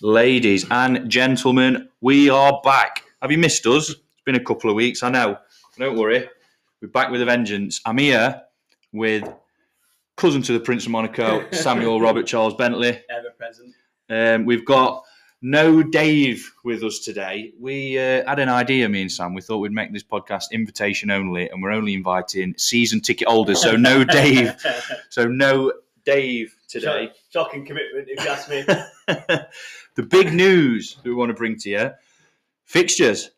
ladies and gentlemen, we are back. Have you missed us? It's been a couple of weeks, I know. Don't worry, we're back with a vengeance. I'm here with cousin to the Prince of Monaco, Samuel Robert Charles Bentley. ever present. Um, we've got no Dave with us today. We uh, had an idea, me and Sam. We thought we'd make this podcast invitation only, and we're only inviting season ticket holders. So no Dave. So no Dave today. Shock- shocking commitment, if you ask me. the big news that we want to bring to you fixtures.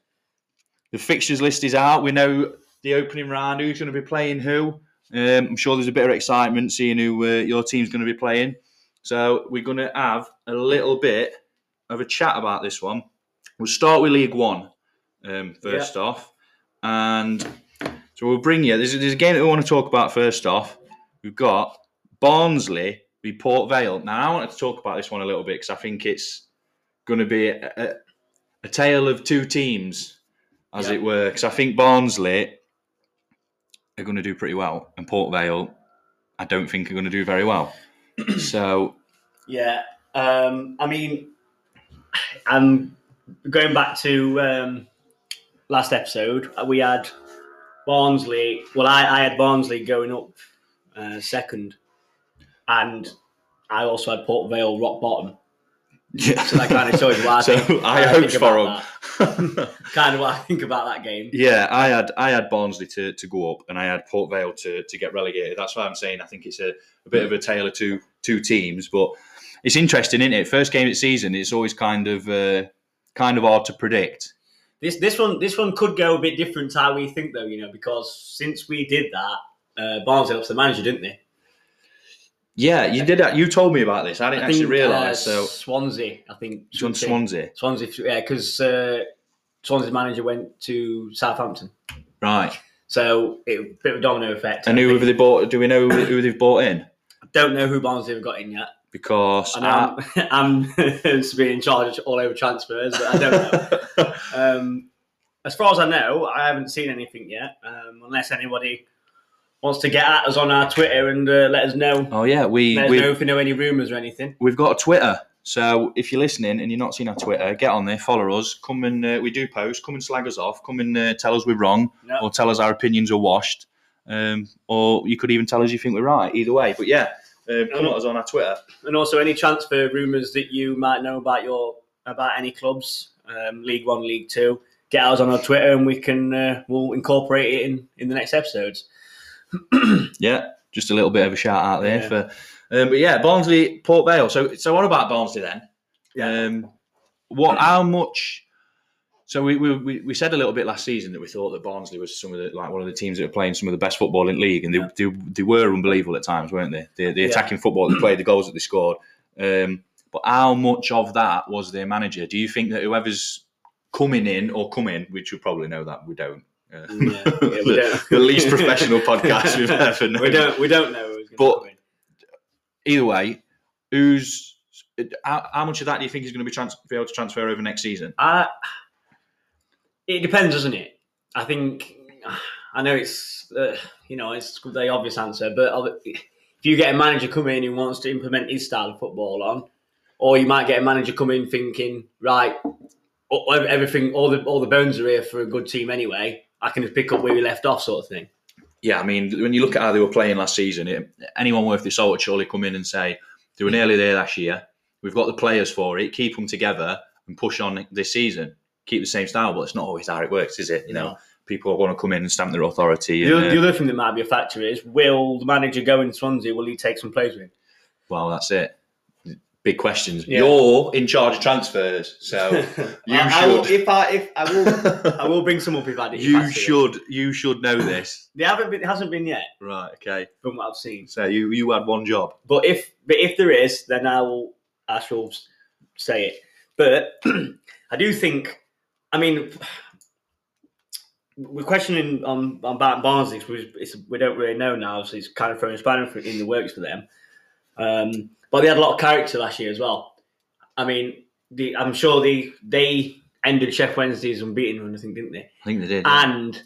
The fixtures list is out. We know the opening round, who's going to be playing who. Um, I'm sure there's a bit of excitement seeing who uh, your team's going to be playing. So we're going to have a little bit of a chat about this one. We'll start with League One um, first off. And so we'll bring you, there's, there's a game that we want to talk about first off. We've got Barnsley v Port Vale. Now, I wanted to talk about this one a little bit because I think it's going to be a, a, a tale of two teams, as Yeah. it were. Because I think Barnsley are going to do pretty well, and Port Vale, I don't think are going to do very well. so, yeah. Um, I mean, I'm going back to um, last episode. We had Barnsley. Well, I, I had Barnsley going up uh, second, and I also had Port Vale rock bottom. yeah. So that kind of shows what I So, think. I what think hoped for about that. kind of what I think about that game. Yeah, I had I had Barnsley to, to go up, and I had Port Vale to, to get relegated. That's why I'm saying I think it's a, a bit of a tale of two two teams. But it's interesting, isn't it? First game of the season, it's always kind of uh, kind of hard to predict. This this one this one could go a bit different to how we think though, you know, because since we did that, uh, Barnsley lost the manager, didn't they? Yeah, you did that. You told me about this. I didn't actually realise. so uh, Swansea, I think. John something. Swansea, Swansea, yeah, because uh, Swansea's manager went to Southampton, right? so it bit of a domino effect. And who have they bought? Do we know who who they've bought in? Don't know who Barnsley have got in yet. Because And I'm, Ah. I'm to be in charge all over transfers, but I don't know. I- Um, as far as I know, I haven't seen anything yet, um, unless anybody wants to get at us on our Twitter and uh, let us know. oh yeah, we Let us we know if we know any rumours or anything. we've got a Twitter. So if you're listening and you're not seeing our Twitter, get on there, follow us. Come and uh, we do post. Come and slag us off. Come and uh, tell us we're wrong, No. or tell us our opinions are washed, um, or you could even tell us you think we're right. Either way, but yeah, uh, come at us on our Twitter. And also any transfer rumours that you might know about your about any clubs, um, League One, League Two. Get at us on our Twitter, and we can uh, we'll incorporate it in in the next episodes. Yeah, just a little bit of a shout out there Yeah. for. Um, but yeah, Barnsley, Port Vale. So so what about Barnsley then? Yeah. Um, what? How much? So we, we we- we said a little bit last season that we thought that Barnsley was some of the like one of the teams that were playing some of the best football in the league, and they they, they were unbelievable at times, weren't they? The, the Yeah. attacking football that they played, the goals that they scored. Um, but how much of that was their manager? Do you think that whoever's coming in or coming, which you probably know that we don't. Uh, Yeah, yeah, we the, don't. the least professional podcast we've ever known. We don't we don't know. Who's gonna But- come in. Either way, who's how, how much of that do you think is going to be, trans- be able to transfer over next season? I, it depends, doesn't it? I think I know it's uh, you know it's the obvious answer, but I'll- if you get a manager come in who wants to implement his style of football on, or you might get a manager come in thinking right, all- everything, all the all the bones are here for a good team anyway. I can just pick up where we left off, sort of thing. yeah, I mean, when you look at how they were playing last season, it, anyone worth their salt would surely come in and say, they were nearly there last year. We've got the players for it. Keep them together and push on this season. Keep the same style, but it's not always how it works, is it? You know, No. people want to come in and stamp their authority. The, and, other- uh, the other thing that might be a factor is will the manager go in Swansea? Will he take some players with him? uh, well, that's it. Big questions. Yeah. You're in charge of transfers, so you I, I will, should. if I if I will I will bring some up if I if I you see it. should. You should know this. They haven't been. It hasn't been yet, Right. Okay. from what I've seen. So you you had one job. But if but if there is, then I will. I shall s- say it. But I do think. I mean, we're questioning on on Barton Barnsley because it's, we don't really know now, so it's kind of throwing a spanner for- in the works for them. Um, but they had a lot of character last year as well. I mean, the, I'm sure they they ended Chef Wednesday's unbeaten run, I think, didn't they? I think they did. And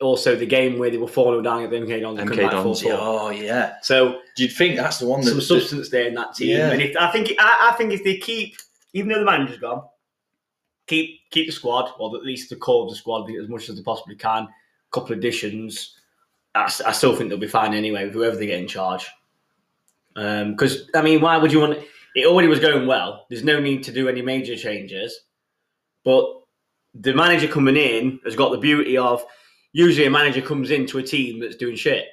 also the game where they were 4 0 down at the MK Dons. and come MK back 4-4. Dons. yeah. Oh yeah. So You'd think that's the one that some substance there in that team. Yeah. And if I think I, I think if they keep even though the manager's gone, keep keep the squad, or at least the core of the squad, as much as they possibly can. couple additions. I, s- I still think they'll be fine anyway with whoever they get in charge. Because I mean, why would you want? It already was going well. There's no need to do any major changes. But the manager coming in has got the beauty of usually a manager comes into a team that's doing shit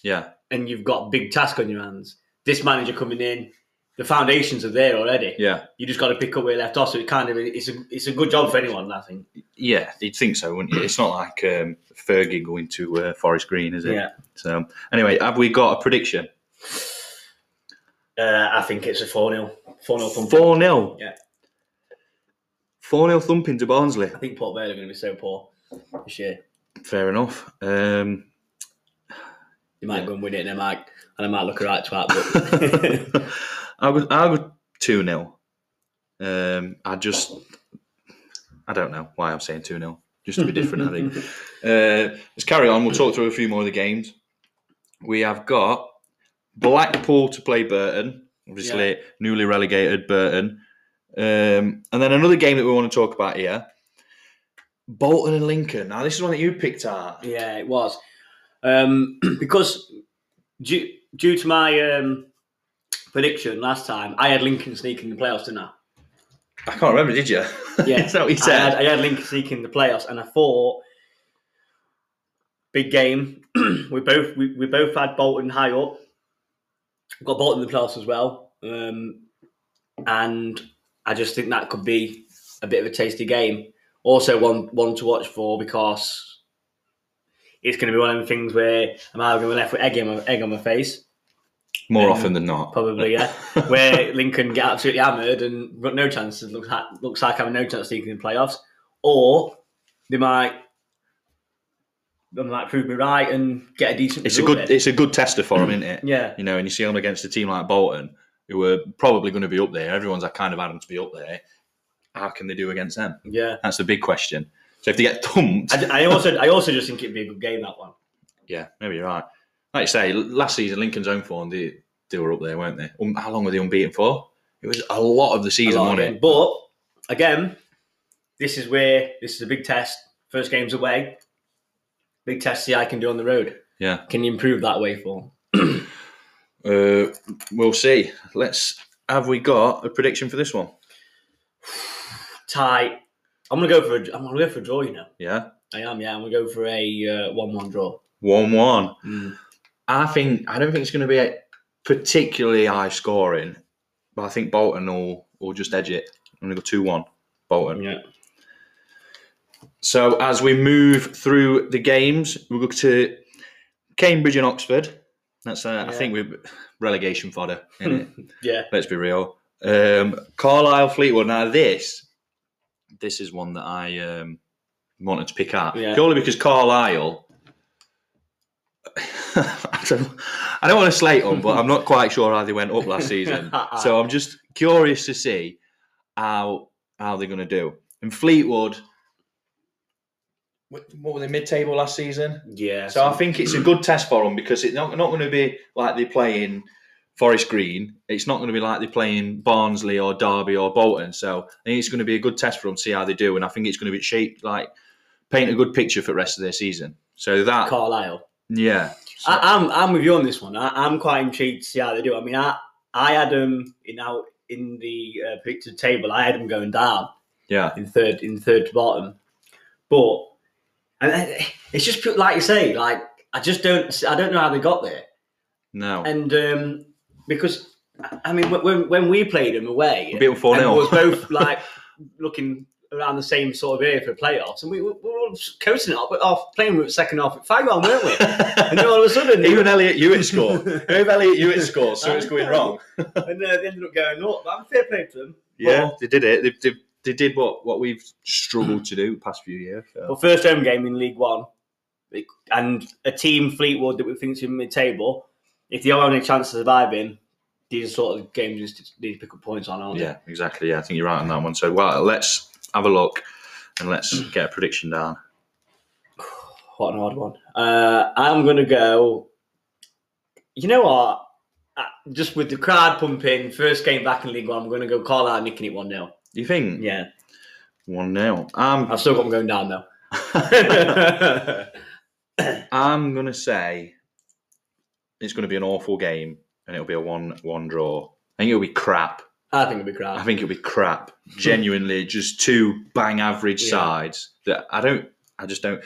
Yeah, and you've got a big task on your hands. This manager coming in, the foundations are there already. yeah, You just got to pick up where you left off. So it kind of it's a it's a good job for anyone, I think. yeah. You'd think so, wouldn't you? It's not like um, Fergie going to uh, Forest Green, is it? So anyway, have we got a prediction? Uh, I think it's a four 0 four 0 from. Four 0 Yeah. Four 0 thumping to Barnsley. I think Port Vale are going to be so poor this year. Fair enough. Um, They might go and win it, and they might and I might look a right twat. But I would I would two 0 Um, I just I don't know why I'm saying two 0 Just to be different, I think. Uh, let's carry on. We'll talk through a few more of the games. We have got Blackpool to play Burton, obviously newly relegated Burton, um, and then another game that we want to talk about here. Bolton and Lincoln. Now this is one that you picked out. yeah, it was um, because due, due to my um, prediction last time, I had Lincoln sneaking the playoffs, didn't I? I can't remember. Did you? Yeah, Is that what you I had, said? I had Lincoln sneaking the playoffs, and I thought big game. we both we, we both had Bolton high up. We've got Bolton in the playoffs as well, um, and I just think that could be a bit of a tasty game. Also, one one to watch for because it's going to be one of the things where I'm either going to be left with egg on my, egg on my face, More often than not. probably yeah, where Lincoln get absolutely hammered and got no chances. Looks like looks like having no chance of sneaking in the playoffs, or they might they might prove me right and get a decent. It's a result good. there. It's a good tester for him, isn't it? Hmm. yeah, you know, and you see them against a team like Bolton, who are probably going to be up there. Everyone's kind of had them to be up there. How can they do against them? yeah. That's the big question. So if they get thumped, I, I also I also just think it'd be a good game that one. yeah, maybe you're right. Like you say, l- last season Lincoln's own form, they they were up there, weren't they? Um, how long were they unbeaten for? It was a lot of the A season, lot of wasn't them. it? But again, this is where this is a big test. First game's away. Big test. See how I can do on the road. Yeah, Can you improve that way for? uh, we'll see. Let's have we got a prediction for this one? Tie. I'm gonna go for a, I'm gonna go for a draw. You know. Yeah, I am, yeah. I'm gonna go for a uh, one-one draw. one-one. Mm. I think I don't think it's going to be a particularly high scoring, but I think Bolton will will just edge it. I'm going to go two one Bolton. Yeah, So as we move through the games, we will go to Cambridge and Oxford. That's uh, I Yeah. think we are relegation fodder. Innit? yeah. Let's be real. Um, Carlisle Fleetwood. Now this this is one that I um, wanted to pick up Yeah. purely because Carlisle. I don't, I don't want to slate them, but I'm not quite sure how they went up last season. so I'm just curious to see how how they're going to do. And Fleetwood, what what were they mid table last season? Yeah. So I think it's a good test for them because it's not, not going to be like they're playing Forest Green. It's not going to be like they're playing Barnsley or Derby or Bolton. So I think it's going to be a good test for them to see how they do. And I think it's going to be shaped like paint a good picture for the rest of their season. So that, Carlisle. yeah, I, I'm I'm with you on this one. I, I'm quite intrigued to see how they do. I mean, I I had them in out in the uh, predicted table. I had them going down yeah, in third in third to bottom, but and then- it's just pure- like you say. Like I just don't I don't know how they got there. no, And um, because I mean, when when we played them away, We beat 'em 4-0. and we was both like looking around the same sort of area for playoffs, and we were, we were all coasting it off, off playing with second half at Fagon, weren't we? And then all of a sudden, even Elliot Hewitt scored. Even Elliot Hewitt scored, so it's going wrong. and uh, they ended up going up. I'm fair play to them. Yeah, they did it. They, they, they did what, what we've struggled to do the past few years. so. But first home game in League One, it- and a team Fleetwood that we think's in mid-table, if they are having a chance of surviving, these are sort of games you just need to pick up points on, aren't they? Yeah, exactly. Yeah, I think you're right on that one. So, well, let's have a look and let's get a prediction down. What an odd one. Uh, I'm going to go. You know what? uh, just with the crowd pumping, first game back in League One, I'm going to go call out nicking it 1 0. You think? Yeah. 1 0. I'm, I've still got them going down, though. I'm going to say it's going to be an awful game and it'll be a 1 1 draw. I think it'll be crap. I think it'll be I crap. think it'll be crap. Genuinely, just two bang average Yeah. sides that I don't, I just don't.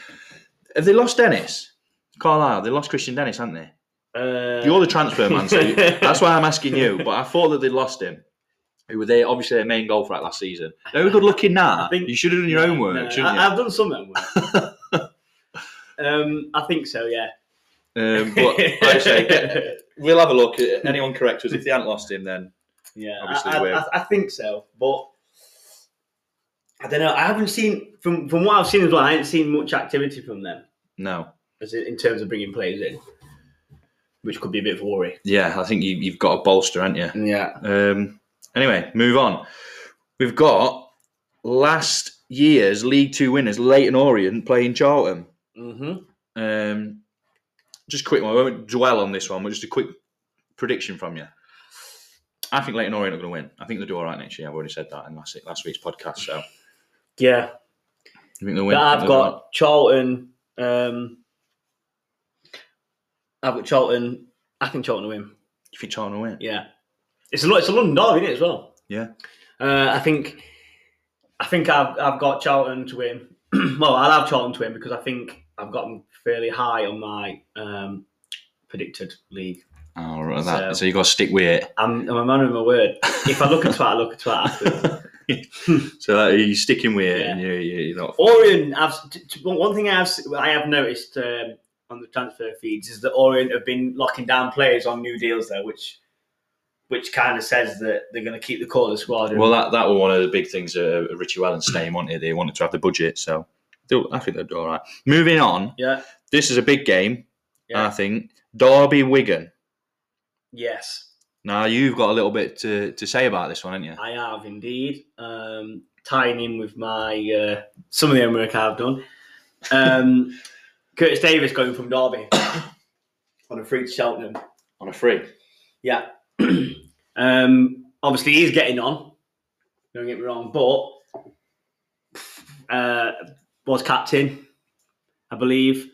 Have they lost Dennis? Carlisle, they lost Christian Dennis, haven't they? Uh, You're the transfer man, so you- that's why I'm asking you. But I thought that they'd lost him. Who were they? Obviously, their main goal threat last season. They were good looking now. I think- you should have done your own work, No, shouldn't I, I've done some homework. um, I think so, yeah. you? Um, but like I say, get- we'll have a look. Anyone correct us if they hadn't lost him, then Yeah, Obviously, I, we're- I, I, I think so, but I don't know. I haven't seen from from what I've seen as well. I haven't seen much activity from them no. as in, in terms of bringing players in, which could be a bit of a worry. Yeah, I think you, you've got a bolster, haven't you? Yeah, Um, anyway, move on. We've got last year's League Two winners, Leighton Orient, playing Charlton. mm-hmm. Um, just a quick one. I won't dwell on this one, but just a quick prediction from you. I think Leighton Orient are going to win. I think they'll do all right next year. I've already said that in last, last week's podcast. So I yeah. think they'll win. But I've They'll win. got Charlton. Um, I've got Charlton. I think Charlton will win. You think Charlton will win? Yeah, it's a lo- it's a London derby isn't it, as well. Yeah. Uh, I think I think I've I've got Charlton to win. well, I'll have Charlton to win because I think I've gotten fairly high on my um, predicted league. Oh, right, that. So- So, you've got to stick with I'm, I'm a man of my word. If I look at Twitter, I look at Twitter. Afterwards. it. so that, you're sticking with it, Yeah. and you, you, you're not. Orient, I've, t- t- one thing I've s- I have noticed um, on the transfer feeds is that Orient have been locking down players on new deals there, which which kind of says that they're going to keep the core of the squad. and- Well, that that were one of the big things uh, Richie Wellens name, wasn't it? They wanted to have the budget, so they'll- I think they'll do all right. Moving on, yeah, this is a big game, Yeah. I think. Derby Wigan. yes. Now you've got a little bit to, to say about this one, haven't you? I have indeed. Um, tying in with my uh, some of the homework I've done. Um, Curtis Davis going from Derby on a free to Cheltenham. On a free. Yeah. um, obviously, he's getting on. Don't get me wrong, but uh, was captain, I believe.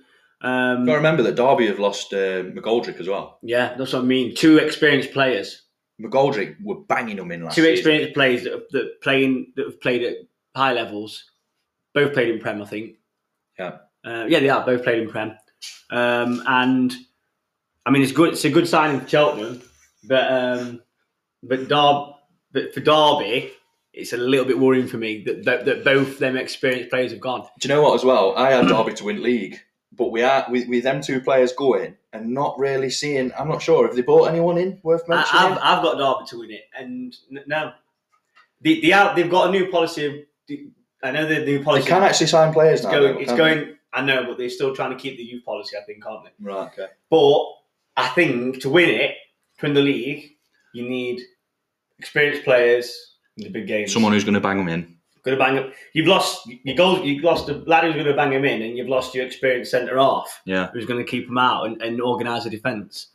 Um, Got to remember that Derby have lost uh, McGoldrick as well. yeah, that's what I mean. Two experienced players. McGoldrick were banging them in last. two season. experienced players that have, that playing that have played at high levels. Both played in Prem, I think. Yeah. uh, yeah, they are both played in Prem, um, and I mean it's good. It's a good signing for Cheltenham, but um, but Dar- but for Derby, it's a little bit worrying for me that that, that both them experienced players have gone. Do you know what? As well, I had Derby to win league, but we are with, with them two players going and not really seeing. I'm not sure if they bought anyone in worth I, mentioning. I've, I've got Derby to win it, and n- no, they, they are, they've got a new policy. Of, I know the new they policy. can actually sign players now. It's going. though, It's can't going. I know, but they're still trying to keep the youth policy. I think, aren't they? they? Right. Okay. But I think to win it, to win the league, you need experienced players in the big games. Someone who's going to bang them in. going to bang up. You've lost your goals. You've lost the lad who's going to bang him in, and you've lost your experienced centre half Yeah. who's going to keep him out and, and organise the defence.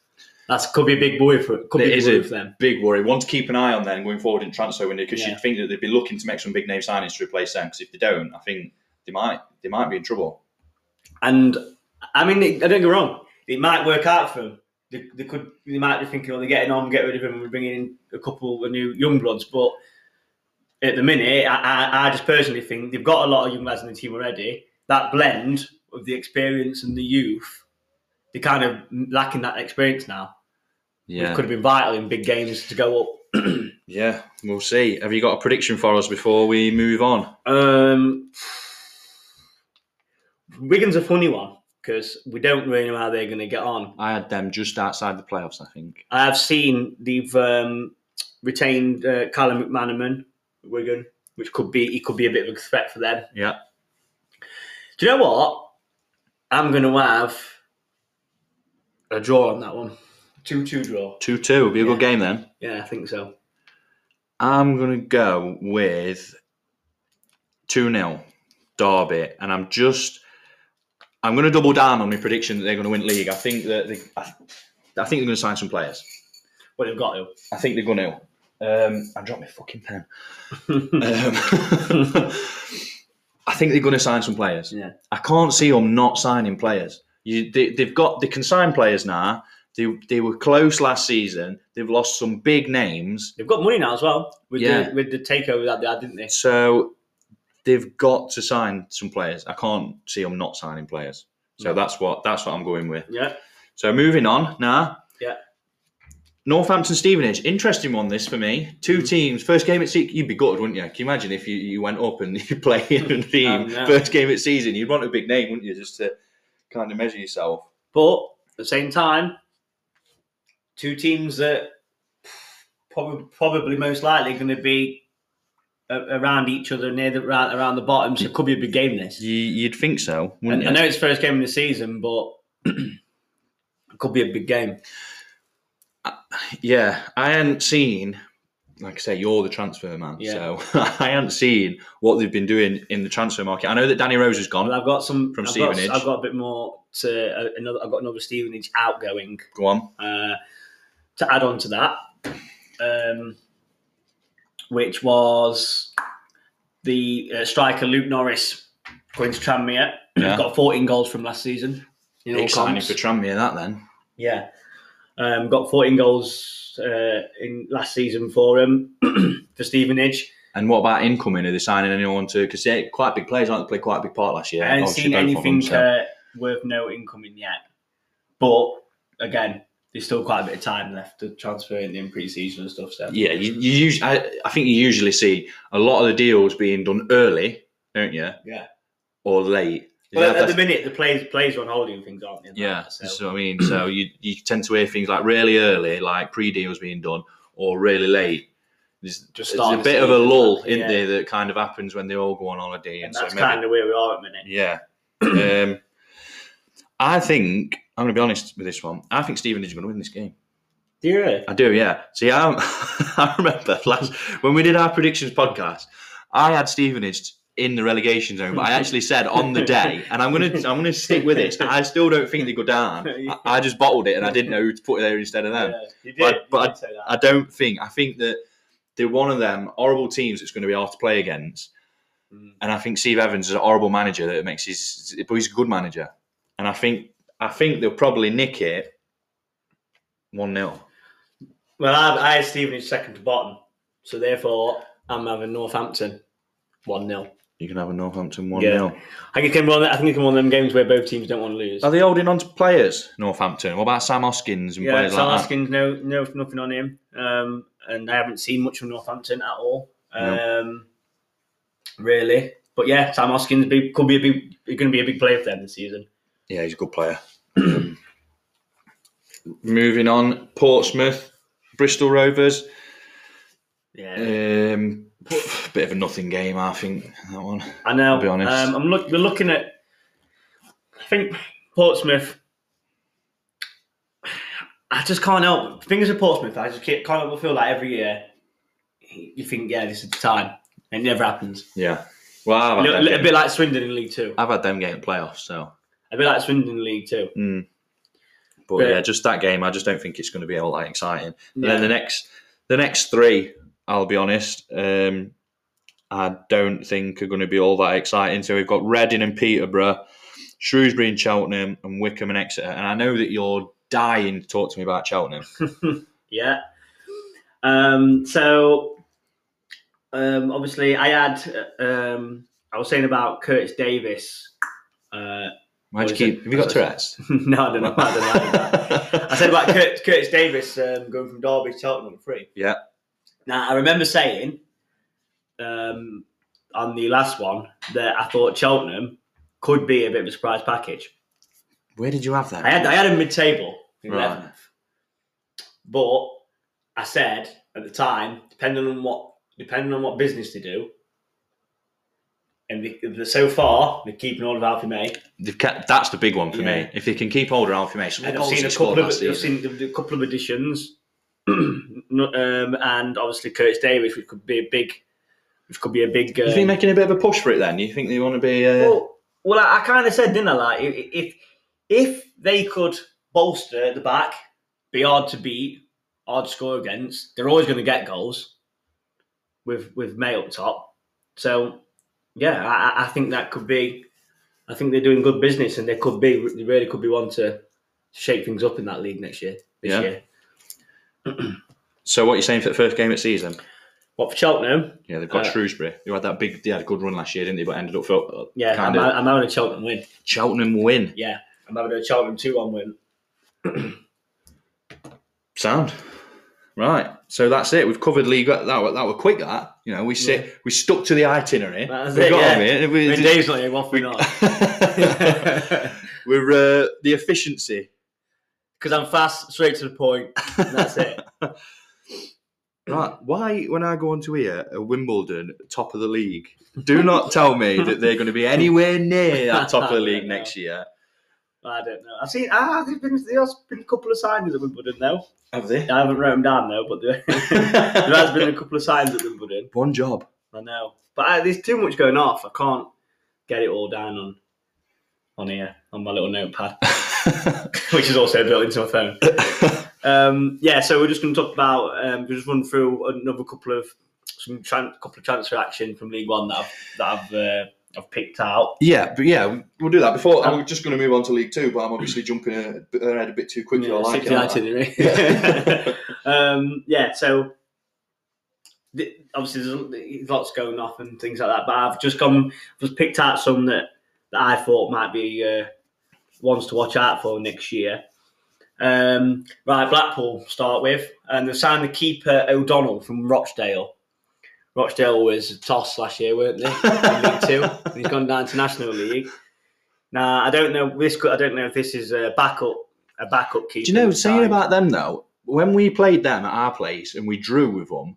That's could be a big worry for could It be a is big worry a for them. big worry. One to keep an eye on then going forward in transfer window because Yeah. you'd think that they'd be looking to make some big name signings to replace them. Because if they don't, I think they might they might be in trouble. And I mean, it- I don't go wrong. It might work out for them. They, they could. They might be thinking, "Oh, they're getting on. Get rid of him. We're bringing in a couple of new young bloods." But at the minute, I, I, I just personally think they've got a lot of young lads in the team already. That blend of the experience and the youth, they're kind of lacking that experience now. It could have been vital in big games to go up. yeah. We'll see. Have you got a prediction for us before we move on? Um, Wigan's a funny one because we don't really know how they're going to get on. I had them just outside the playoffs. I think. I have seen they've um, retained uh, Callum McManaman, Wigan, which could be he could be a bit of a threat for them. Yeah. Do you know what? I'm going to have a draw on that one. Two-two draw. Two two would be a good game then. Yeah, I think so. I'm gonna go with two 0 Derby, and I'm just I'm gonna double down on my prediction that they're gonna win league. I think that they, I, I think they're gonna sign some players. Well, they've got to. I think they're going to. Um, I dropped my fucking pen. um, I think they're going to sign some players. Yeah. I can't see them not signing players. You, they, they've got they can sign players now. They they were close last season. They've lost some big names, They've got money now as well with Yeah. the with the takeover that they had, didn't they? so they've got to sign some players. I can't see them not signing players. So No. that's what that's what I'm going with. Yeah. So moving on now. Yeah. Northampton Stevenage, interesting one this for me. Two Mhm. teams, first game at sea, you'd be gutted, wouldn't you? Can you imagine if you, you went up and you play in a team Um, yeah. first game at season? You'd want a big name, wouldn't you, just to kind of measure yourself? But at the same time, two teams that probably, probably most likely going to be a- around each other near the around, around the bottom, so it could be a big game this. You, you'd think so, wouldn't And I you? know it's first game of the season, but it could be a big game. Yeah, I hadn't seen. Like I say, you're the transfer man, Yeah. so I hadn't seen what they've been doing in the transfer market. I know that Danny Rose has gone. Well, I've got some From I've Stevenage. Got, I've got a bit more to uh, another. I've got another Stevenage outgoing Go on. uh, to add on to that, um, which was the uh, striker Luke Norris going to Tranmere. Yeah. Got 14 goals from last season. In all Big signing comps. for Tranmere, that then. yeah, um, got 14 goals uh, in last season for him for Stevenage. And what about incoming? Are they signing anyone to? Because they're quite big players, aren't they? Played quite a big part last year. I haven't Obviously, seen both of anything them, so- uh, worth noting coming yet, but again. There's still quite a bit of time left to transfer in the pre-season and stuff. So yeah, you, you usually, I, I think you usually see a lot of the deals being done early, don't you? Yeah. Or late. Well, Yeah, at the minute, the players players are on holding things, aren't they? yeah, So- that's what I mean. So you you tend to hear things like really early, like pre deals being done, or really late. There's, Just there's a starting the bit of a season, lull, yeah. in there, that kind of happens when they all go on holiday. and so that's maybe- kind of where we are at the minute. Yeah. um, I think I'm going to be honest with this one. I think Stevenage is going to win this game. Do you really? I do, yeah. See, I, I remember last when we did our predictions podcast, I had Stevenage in the relegation zone, but I actually said on the day, and I'm gonna I'm gonna stick with this. I still don't think they go down. I, I just bottled it, and I didn't know who to put there instead of them. yeah, you did. But- you but did say that. I don't think. I think that they're one of them horrible teams that's going to be hard to play against. Mm. And I think Steve Evans is a horrible manager that makes his, but he's a good manager. And I think I think they'll probably nick it one 0 well, I, I had Stevenage second to bottom, so therefore I'm having Northampton one 0 You can have a Northampton one 0 Yeah. I think it can be one. of the- I think it can be one of them games where both teams don't want to lose. Are they holding on to players, Northampton? What about Sam Hoskins and yeah, players Sal like Haskins, no, no, nothing on him, um, and I haven't seen much from Northampton at all, No. um, really. But yeah, Sam Hoskins be, could be a big, going to be a big player for them this season. that? Yeah, he's a good player. Moving on, Portsmouth, Bristol Rovers. Yeah, Um, pff, bit of a nothing game, I think that one. I know. I'll be honest. Um, I'm look, we're looking at. I think Portsmouth. I just can't help. Fingers at Portsmouth. I just can't help but feel like every year, you think, yeah, this is the time. It never happens. Yeah. Well, A I've had, little, them, little game. bit like Swindon in League Two. I've had them game at playoffs, so. A bit like Swindon in League Two. Mm. But But- yeah, just that game, I just don't think it's going to be all that exciting. And Yeah. then the next, the next three, I'll be honest, um, I don't think are going to be all that exciting. So we've got Reading and Peterborough, Shrewsbury and Cheltenham, and Wickham and Exeter. And I know that you're dying to talk to me about Cheltenham. Yeah. Um, so, um, obviously, I had. uh, Um, I was saying about Curtis Davis. Uh, Why do you What is it? keep? Have you got Tourette's? no, I don't know. I don't know. I said about Kurt, Curtis Davis um, going from Derby to Cheltenham at three. Yeah. Now I remember saying um, on the last one that I thought Cheltenham could be a bit of a surprise package. Where did you have I that? had I had a mid-table, Right. eleventh, but I said at the time, depending on what depending on what business they do, and the, the, so far they're keeping all of Alfie May. They've kept, that's the big one for Yeah. me. If they can keep hold of Alfie Mason, And I've seen a couple of I've seen a a couple of additions, No- um, and obviously Curtis Davis, which could be a big, which could be a big. Um, You think making a bit of a push for it then? You think they want to be? Uh, well, well, I, I kind of said, didn't I? Like, i- i- if if they could bolster the back, be hard to beat hard to score against. They're always going to get goals with with May up top. So yeah, I, I think that could be. I think they're doing good business, and they could be. They really could be one to shake things up in that league next year. This Yeah. year, So what you're saying for the first game of the season? what for Cheltenham? Yeah, they've got Uh, Shrewsbury. Who had that big, they had a good run last year, didn't they? But ended up for Yeah, kind I'm, of I'm having a Cheltenham win. Cheltenham win. Yeah, I'm having a Cheltenham two-one win. Sound right. So that's it. We've covered league. That were, that were quick. That you know, we sit, we stuck to the itinerary. That's we it, yeah. on it. I We- mean, Dave's not here, what we not? We're uh, the efficiency. Because I'm fast, straight to the point. and That's it. Mm. Right. Why, when I go onto here, uh, Wimbledon, top of the league, do not tell me that they're going to be anywhere near that top of the league No. next year. I don't know. I've seen. Ah, there's been there's been a couple of signings at Wimbledon though. Have they? I haven't wrote them down though, but there, there has been a couple of signs at Wimbledon. One job. I know, but I, there's too much going off. I can't get it all down on on here on my little notepad, which is also built into my phone. Um, yeah, so we're just going to talk about um, we'll just run through another couple of some tran- couple of transfer action from League One that I've that I've uh, I've picked out. yeah, but yeah, we'll do that before. Um, I'm just going to move on to League Two, but I'm obviously jumping a- ahead a bit too quickly. I like it, Stick to the aren't I? itinerary. Yeah. um, yeah, so th- obviously there's lots going off and things like that, but I've just gone, just picked out some that, that I thought might be uh, ones to watch out for next year. Um, right, Blackpool start with, and they've signed the keeper O'Donnell from Rochdale. Rochdale was a toss last year, weren't they? in League Two, and he's gone down to National League. Now I don't know this. could- I don't know if this is a backup, a backup keeper. Do you know, saying side. about them though, when we played them at our place and we drew with them,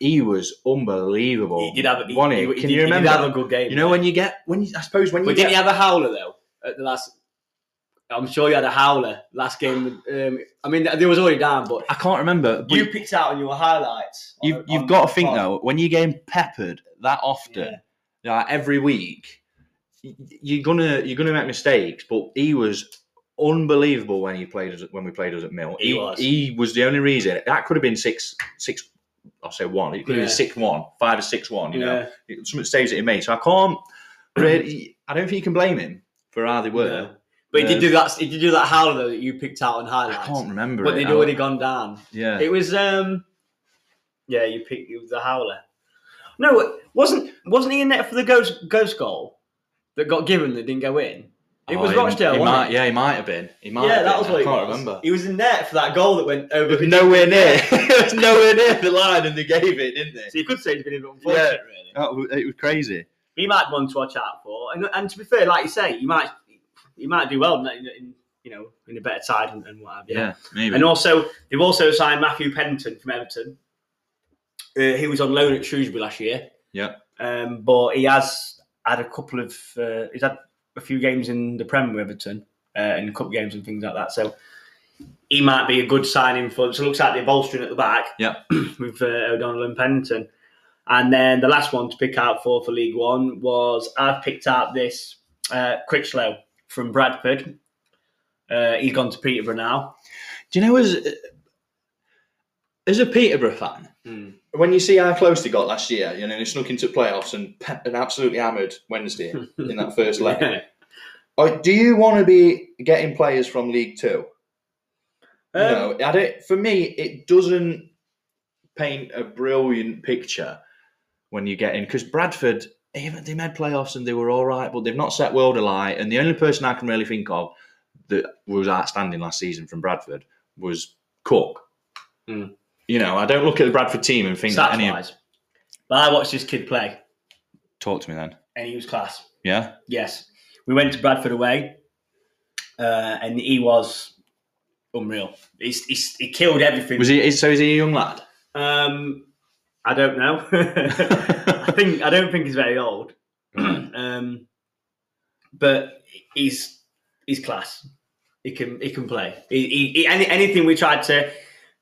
he was unbelievable. He did have a, he, Wasn't he? he- he Can did- you he did remember? have a good game. you know when you get when you, I suppose when but you get didn't he have a howler though at the last? I'm sure you had a howler last game. Um, I mean, they was already down, but I can't remember. But you picked out on your highlights. on- you've, you've on- got to think on- though, when you're getting peppered that often, like, every week, y- you're gonna you're gonna make mistakes. But he was unbelievable when he played us when we played us at Mill. He was. He was the only reason that could have been six six. I'll say one. It could have Yeah. been six one, five or six one. You know, Yeah. it, some saves that he made. So I can't really. I don't think you can blame him for how they were. No. But he did do that. He did do that howler though that you picked out on highlights. I can't remember. but it. they'd I- already gone down. yeah. It was um Yeah, you picked it was the howler. No, it wasn't wasn't he in there for the ghost ghost goal that got given that didn't go in? It Oh, was he- Rochdale, He, wasn't might, it? yeah, he might have been. He might. yeah, have that been. was what I it can't was. remember. He was in net for that goal that went over. It was nowhere near. it was nowhere near the line, and they gave it, didn't they? So you could say he's been a bit unfortunate, Yeah. really. That was, Oh, it was crazy. He might be one to watch out for, and, and to be fair, like you say, you might you might do well in, in you know in a better side and, and what have you. maybe. And also, they've also signed Matthew Pennington from Everton. Uh, he was on loan at Shrewsbury last year. Yeah. Um, but he has had a couple of, uh, he's had a few games in the Prem with Everton uh, and cup games and things like that. So he might be a good signing for. So it looks like they're bolstering at the back. Yeah. with uh, O'Donnell and Pennington. And then the last one to pick out for for League One was I've picked out this uh, Critchlow from Bradford. Uh, he's gone to Peterborough now. Do you know as as a Peterborough fan, when you see how close they got last year, you know they snuck into playoffs and pe- and absolutely hammered Wednesday in that first leg. Um, Oh, do you want to be getting players from League Two? Um, no, I don't, for me, it doesn't paint a brilliant picture when you get in because Bradford, even they made playoffs and they were all right, but they've not set world alight. And the only person I can really think of that was outstanding last season from Bradford was Cook. Mm. You know, I don't look at the Bradford team and think that Stats any. wise. But I watched this kid play Talk to me then. and he was class. Yeah, Yes. We went to Bradford away uh, and he was unreal. He's, he's, he killed everything. was he? is- So is he a young lad? Um, I don't know. I think I don't think he's very old. um, but he's he's class. He can he can play. He, he, he, any, anything we tried to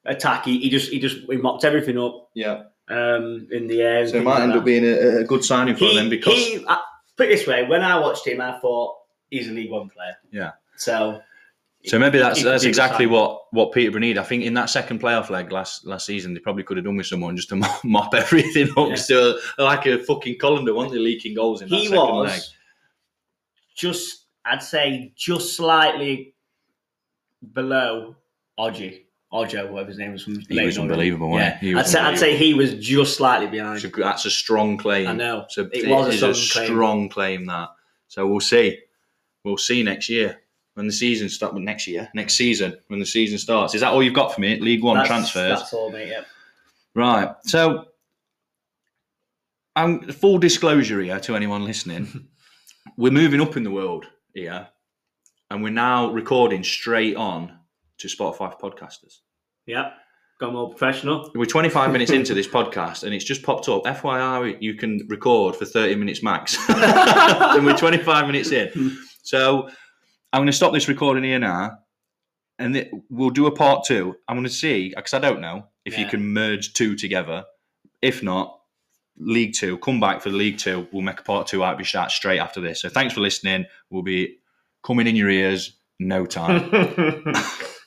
attack, he, he just he just he mopped everything up Yeah, um, in the air. so and it things might like end that. up being a, a good signing for them because he, uh, I, put it this way: when I watched him, I thought he's a League One player. Yeah. So So maybe that's He could that's do the exactly same. what what Peterborough need. I think in that second playoff leg last last season, they probably could have done with someone just to mop- mop everything up. Yeah. So like a fucking colander, weren't they leaking goals in that he second was leg? just I'd say just slightly below Oji. Ojo, whatever his name was from He was Leighton Orient. unbelievable, wasn't yeah. he? He was I'd, say, I'd say he was just slightly behind. So that's a strong claim. I know. So It it, was a is a, strong claim. strong claim that. So we'll see. We'll see next year when the season starts. Next year, next season when the season starts. Is that all you've got for me? League One That's- transfers, That's all, mate. Yeah. right? So, i full disclosure here to anyone listening. we're moving up in the world here, and we're now recording straight on to Spotify for podcasters. Yep. Got more professional. We're 25 minutes into this podcast and it's just popped up. FYI, you can record for 30 minutes max. and we're 25 minutes in. So I'm going to stop this recording here now and th- we'll do a part two. I'm going to see, because I don't know, if you Yeah. can merge two together. If not, League Two, come back for League Two. We'll make a part two out of your start straight after this. So thanks for listening. We'll be coming in your ears no time.